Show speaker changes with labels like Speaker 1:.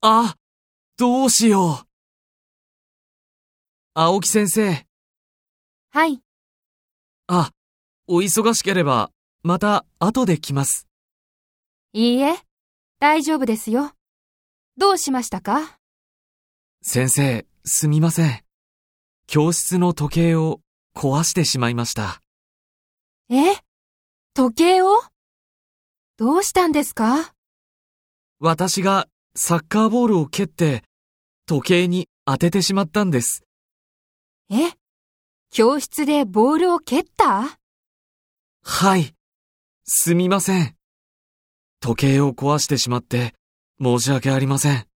Speaker 1: あ、どうしよう。青木先生、
Speaker 2: はい、
Speaker 1: あ、お忙しければ、また後で来ます。
Speaker 2: いいえ、大丈夫ですよ。どうしましたか
Speaker 1: 先生、すみません。教室の時計を壊してしまいました。
Speaker 2: え時計をどうしたんですか
Speaker 1: 私がサッカーボールを蹴って、時計に当ててしまったんです。
Speaker 2: え教室でボールを蹴った
Speaker 1: はい。すみません。時計を壊してしまって、申し訳ありません。